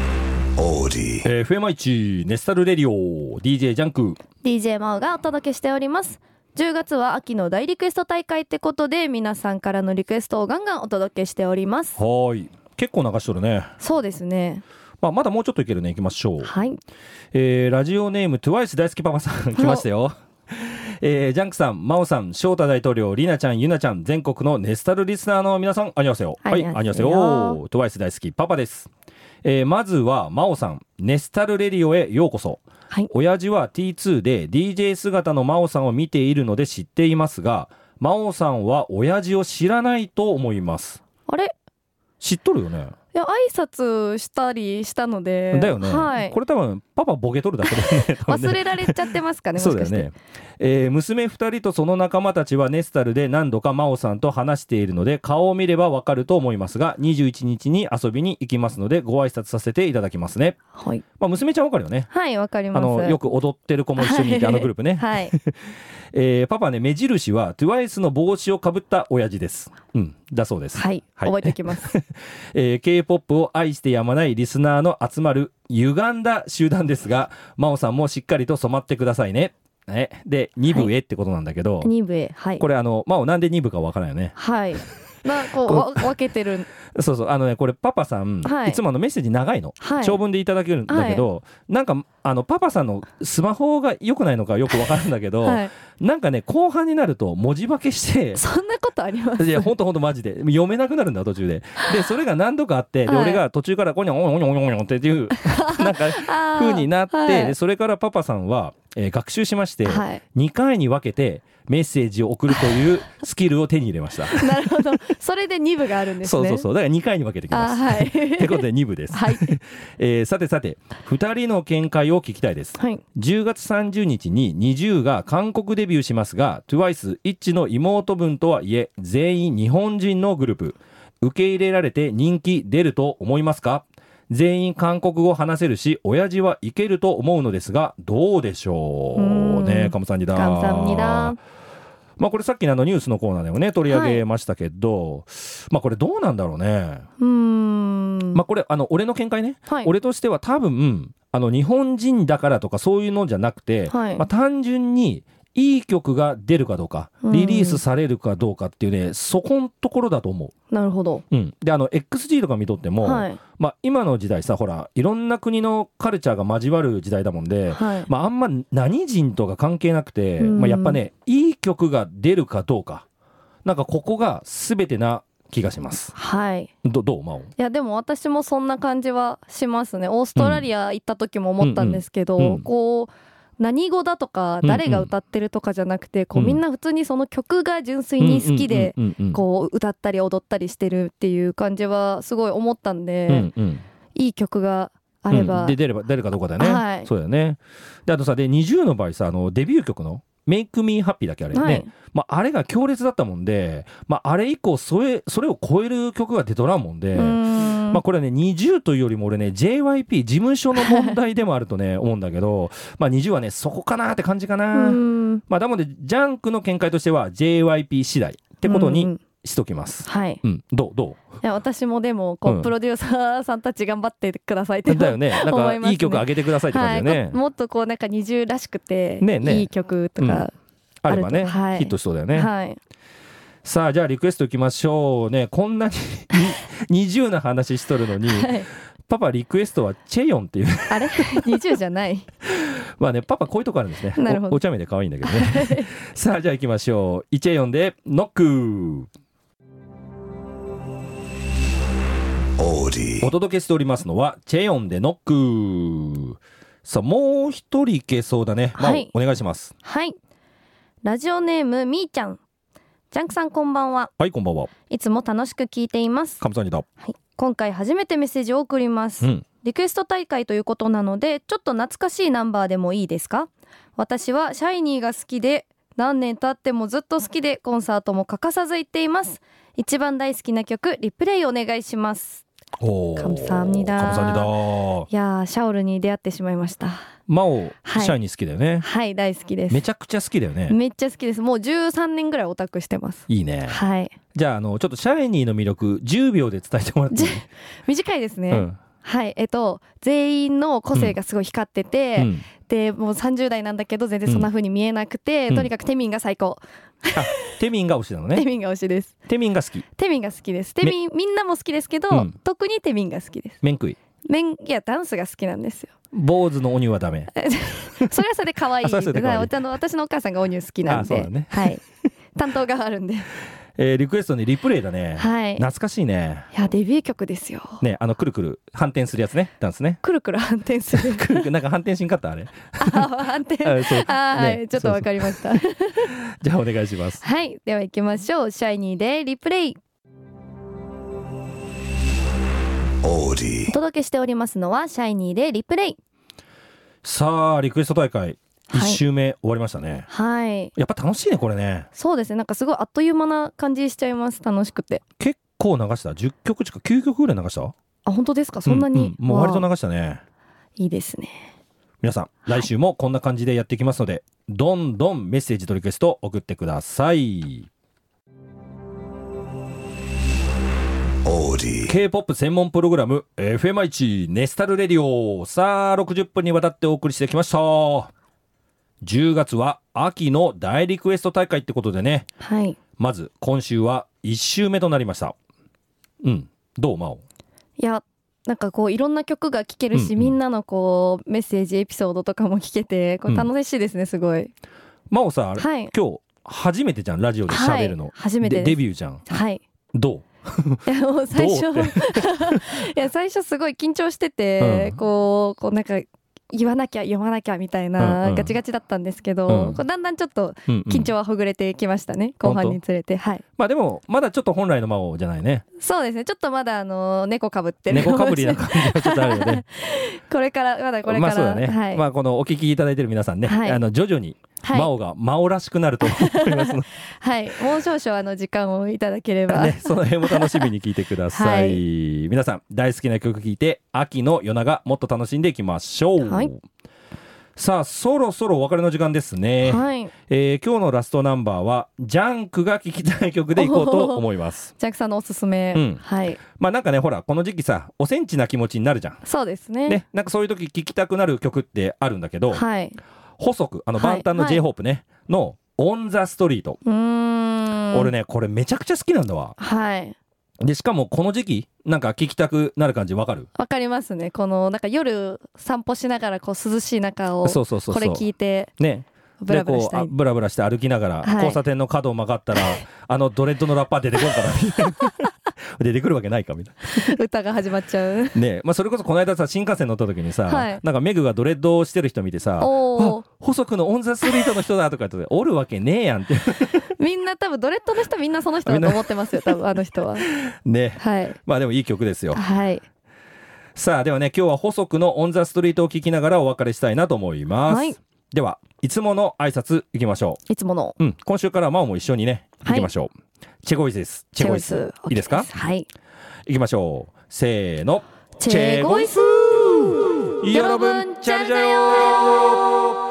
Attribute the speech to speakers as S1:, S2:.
S1: ディ。
S2: えー、FM1 ネスタルレディオ DJ ジャンク
S3: DJ 真央がお届けしております10月は秋の大リクエスト大会ってことで皆さんからのリクエストをガンガンお届けしております
S2: はーい結構流しとるね、
S3: そうですね
S2: まあ、まだもうちょっといけるねいきましょう、
S3: はい
S2: えー、ラジオネーム TWICE 大好きパパ さん来ましたよえー、ジャンクさん、真央さん、翔太大統領、りなちゃん、ゆなちゃん、全国のネスタルリスナーの皆さん、あにわせよ。はい、
S3: あ
S2: あに
S3: にわ
S2: わ
S3: せ
S2: せ
S3: よ
S2: よ。トワイス大好き、パパです。えー、まずは、真央さん、ネスタルレディオへようこそ。
S3: はい
S2: 親父は T2 で DJ 姿の真央さんを見ているので知っていますが、真央さんは親父を知らないと思います。
S3: あれ
S2: 知っとるよね。
S3: いや挨拶したりしたので
S2: だよね。
S3: はい。
S2: これ多分、パパボケとるだけだよね
S3: 忘れられちゃってますかねも
S2: そう
S3: し
S2: だ
S3: か
S2: よ
S3: して、
S2: ね、えー娘2人とその仲間たちはネスタルで何度か真央さんと話しているので顔を見ればわかると思いますが21日に遊びに行きますのでご挨拶させていただきますね、
S3: はい
S2: まあ、娘ちゃんわかるよね
S3: はいわかり
S2: あ
S3: ます
S2: のよく踊ってる子も一緒にいて
S3: はい
S2: あのグループね、
S3: はい
S2: えーパパね目印は TWICE の帽子をかぶった親父です、うん、だそうです、
S3: はい、
S2: はい
S3: 覚えておきます
S2: えー K-POP を愛してやまないリスナーの集まる歪んだ集団ですが真央さんもしっかりと染まってくださいねえで2部へってことなんだけど、
S3: 2部へはい
S2: これあの、まあ、なんで2部かわからんよね。
S3: はいまあこうわ分けてる
S2: そうそう、あのね、これパパさん、
S3: はい
S2: い、つもあのメッセージ長いの。
S3: はい
S2: 長文でいただけるんだけど、なんかあのパパさんのスマホが良くないのかよくわからんだけど、
S3: はい
S2: なんかね後半になると文字化け して
S3: そんなことあります
S2: いやほんとほんとマジで読めなくなるんだ途中ででそれが何度かあって、で
S3: はい
S2: 俺が途中からこにょんおにょんおにょんおにょんって いうなんか
S3: あー
S2: 風になって、
S3: はい
S2: でそれからパパさんは、えー学習しまして、
S3: はい
S2: 2回に分けてメッセージを送るというスキルを手に入れました。
S3: なるほど。それで二部があるんですね。
S2: そうそう
S3: う。
S2: そう。だから2回に分けてき
S3: あ
S2: ま
S3: ー
S2: す。
S3: はい。
S2: ってことで2部です。
S3: はい。
S2: えーさてさて、2人の見解を聞きたいです。
S3: はい。
S2: 10月30日に NiziU が韓国デビューしますが、TWICE 一致の妹分とはいえ、全員日本人のグループ。受け入れられて人気出ると思いますか全員韓国語話せるし、親父はいけると思うのですが、どうでしょう
S3: うーん
S2: ねえ、カムさんにだ。
S3: 감사합니다
S2: まあこれさっきのあのニュースのコーナーでもね、取り上げましたけど、まあこれどうなんだろうね。
S3: うーん。
S2: まあこれあの俺の見解ね、
S3: はい。
S2: 俺としては多分あの日本人だからとかそういうのじゃなくて、
S3: はい
S2: まあ、単純にいい曲が出るかどうか
S3: うん
S2: リリースされるかどうかっていうね、そこのところだと思
S3: なるほど。
S2: う。うん、であの XG とか見とっても、
S3: はい。
S2: まあ、今の時代さほらいろんな国のカルチャーが交わる時代だもんで、
S3: はい。
S2: まあ、あんま何人とか関係なくて、
S3: うん
S2: まあ、やっぱねいい曲が出るかどうかなんかここが全てな気がします。
S3: はい。
S2: どどう真央
S3: いやでも私もそんな感じはしますね。オーストラリア行った時も思ったんですけど、
S2: うんうんうん
S3: こう。何語だとか
S2: うん
S3: 誰が歌ってるとかじゃなくて、こう
S2: うん
S3: みんな普通にその曲が純粋に好きで
S2: うんうんうんうん
S3: こう歌ったり踊ったりしてるっていう感じはすごい思ったんで、
S2: うんうん
S3: いい曲があれば、
S2: うんで出れば出るかどうかだよね、
S3: はい
S2: そうだよねであとさで20の場合さあのデビュー曲の「Make Me Happy」だっけあれね、
S3: はい
S2: まあ、あれが強烈だったもんで、まあ、あれ以降それそれを超える曲が出とらんもんで、
S3: うーん
S2: まあ、これはね20というよりも俺ね JYP 事務所の問題でもあるとね 思うんだけど、まあ、20はねそこかなって感じか
S3: う
S2: な、
S3: ーんっ
S2: まあ、だもんでジャンクの見解としては JYP 次第ってことにしときます、
S3: はい
S2: うんどうど
S3: いや私もでもこう、
S2: うん
S3: プロデューサーさんたち頑張ってくださいって
S2: うだよ ねなん
S3: 思
S2: か
S3: いますね
S2: いい曲あげてくださいって感
S3: は
S2: じ
S3: い、
S2: だよね
S3: こうもっとこうなんか二重らしくて、
S2: ねえねえ
S3: いい曲とか、
S2: あれば
S3: あ
S2: ね、
S3: るとはい
S2: ヒットしそうだよね、
S3: はい
S2: さあじゃあリクエストいきましょうねこんなにに二重な話しとるのに、
S3: はい
S2: パパリクエストはチェヨンっていう
S3: あれ 二重じゃない
S2: まあねパパこういうとこあるんですね
S3: なるほど
S2: おお茶目で可愛いんだけどねさあじゃあ行きましょうイチェヨンでノック
S1: オーディ。
S2: お届けしておりますのはチェヨンでノックさあもう一人いけそうだね、まあ
S3: はい
S2: お願いします
S3: はいラジオネームみーちゃんジャンクさんこんばんは
S2: はいこんばんはい
S3: つも楽しく聞いています
S2: カムサニだ
S3: 今回初めてメッセージを送ります
S2: うん
S3: リクエスト大会ということなのでちょっと懐かしいナンバーでもいいですか私はシャイニーが好きで何年経ってもずっと好きでコンサートも欠かさず行っています一番大好きな曲リプレイお願いします
S2: おー
S3: カムサハムニダ
S2: カムサハムニ
S3: いやーシャオルに出会ってしまいました
S2: ダマオ、
S3: はい
S2: シャイニー好きだよね
S3: はい大好きです
S2: め
S3: め
S2: ちゃくちゃ好きだよね
S3: っちゃ好きですもう13年ぐらいオタクしてます
S2: いいね
S3: はい
S2: じゃあ、あの、ちょっとシャイニーの魅力、10秒で伝えてもらっていい、
S3: 短いですね、
S2: うん、
S3: はいえっと全員の個性がすごい光ってて、
S2: うん
S3: でもう30代なんだけど全然そんな風に見えなくて、
S2: うん
S3: とにかくテミンが最高、
S2: テミンが推しなの
S3: テ
S2: ね
S3: ミンが推しです
S2: テミンが好き
S3: テミンが好きですテミンみんなも好きですけど、
S2: うん
S3: 特にテミンが好きです
S2: 麺食い
S3: メンいやダンスが好きなんですよ
S2: 坊主のお乳はダメ
S3: それはそれで可愛い
S2: あそれはそれで可愛い
S3: はいあの私のお母さんがお乳好きなん
S2: あ
S3: で
S2: そうだね
S3: はい、担当があるんで、
S2: えーリクエストにリプレイだね、
S3: はい、い
S2: 懐かしいね
S3: やデビュー曲ですよ、
S2: ねあのくるくる反転するやつねダンスね
S3: くるくる反転する
S2: くるくるなんか反転しんかったあれ
S3: あ反転
S2: あそう
S3: あーはい、
S2: ね
S3: ちょっとわかりました
S2: じゃあお願いします
S3: はいでは行きましょうシャイニーでリプレイ
S1: Audi.
S3: お届けしておりますのはシャイニーでリプレイ
S2: さあリクエスト大会1
S3: はい
S2: 周目終わりましたね、
S3: はい
S2: やっぱ楽しいねこれね
S3: そうですねなんかすごいあっという間な感じしちゃいます楽しくて
S2: 結構流した10曲近く9曲ぐらい流した
S3: あ本当ですかそんなに、
S2: ううもう割と
S3: わあ
S2: 流したね
S3: いいですね
S2: 皆さん
S3: はい
S2: 来週もこんな感じでやっていきますので、どんどんメッセージとリクエスト送ってください
S1: Audi.
S2: k p o p 専門プログラム FM1 ネスタルレディオさあ60分にわたってお送りしてきました10月は秋の大リクエスト大会ってことでね
S3: はい
S2: まず今週は1週目となりましたうんどう真央
S3: いやなんかこういろんな曲が聴けるし、
S2: うんうん
S3: みんなのこうメッセージエピソードとかも聞けてこ
S2: う
S3: れ
S2: ん
S3: 楽しいですねすごい、
S2: 真央さ、あれ
S3: はい
S2: 今日初めてじゃんラジオで喋るの、
S3: はい初めて
S2: で
S3: で
S2: デ
S3: す
S2: ビューじゃん
S3: はい
S2: どう
S3: いやもう最初
S2: どうっ
S3: いや最初すごい緊張してて、
S2: うん
S3: こうこうなんか言わなきゃ読まなきゃみたい
S2: うん
S3: な、
S2: うん
S3: ガチガチだったんですけど、
S2: うん
S3: こうだんだんちょっと
S2: うんうん
S3: 緊張はほぐれてきましたね、後半につれてはい
S2: まあでもまだちょっと本来の真央じゃないね
S3: そうですねちょっとまだあの猫かぶってる
S2: 猫かぶりな感じがちょっとあるよね
S3: これからまだ これか
S2: まあ
S3: ら、
S2: そうだね、
S3: はい、
S2: まあこのお聞きいただいてる皆さんね、
S3: はい
S2: あの徐々に
S3: はい
S2: 真央が真央らしくなると思いますので、
S3: はい、もう少々あの時間をいただけれ ば、
S2: ね、その辺も楽しみに聞いてください、
S3: は
S2: 皆さん大好きな曲聴いて秋の夜長もっと楽しんでいきましょう、
S3: はい
S2: さあそろそろお別れの時間ですね、
S3: はい
S2: えー今日のラストナンバーはジャンクが聴きたい曲でいこうと思います
S3: ジャックさんのおすすめ、
S2: うん
S3: はい
S2: まあなんかねほらこの時期さおセンチな気持ちになるじゃん
S3: そうですね
S2: ね、なんかそういう時聴きたくなる曲ってあるんだけど、
S3: はい
S2: 細くあの
S3: はい
S2: 万端の
S3: はい
S2: j ホープね、の「オン・ザ・ストリート
S3: う」ーん
S2: 俺ねこれめちゃくちゃ好きなんだわ
S3: はい
S2: でしかもこの時期なんか聴きたくなる感じわかる
S3: わかりますねこのなんか夜散歩しながらこう涼しい中を
S2: そうそうそうそう
S3: これ聞いて
S2: ね
S3: ブ
S2: で
S3: ラブラ
S2: こ
S3: し
S2: う
S3: た
S2: あ
S3: い
S2: ブラブラして歩きながら、
S3: はい
S2: 交差点の角を曲がったらあのドレッドのラッパー出てこるからみたいな 出てくるわけないかみたい
S3: 歌が始まっちゃう
S2: なねまあそれこそこの間さ新幹線乗った時にさ、
S3: はい
S2: なんかメグがドレッドをしてる人見てさ「
S3: お
S2: あ
S3: お
S2: 細くのオン・ザ・ストリートの人だ」とか言って「おるわけねえやん」って
S3: みんな多分ドレッドの人みんなその人だと思ってますよ多分あの人は
S2: ね
S3: はい
S2: まあでもいい曲ですよ
S3: はい
S2: さあではね今日は細くの「オン・ザ・ストリート」を聞きながらお別れしたいなと思います、
S3: はい
S2: ではいつもの挨拶いきましょ
S3: いつもの
S2: ううん今週からマオも一緒にね
S3: はい
S2: いきましょう、チェゴイスですチェゴイス
S3: チェゴイ OK
S2: いいですか
S3: はい
S2: いきましょうせーの
S3: チェゴイス
S2: チェゴイスよろぶんチャルジャよ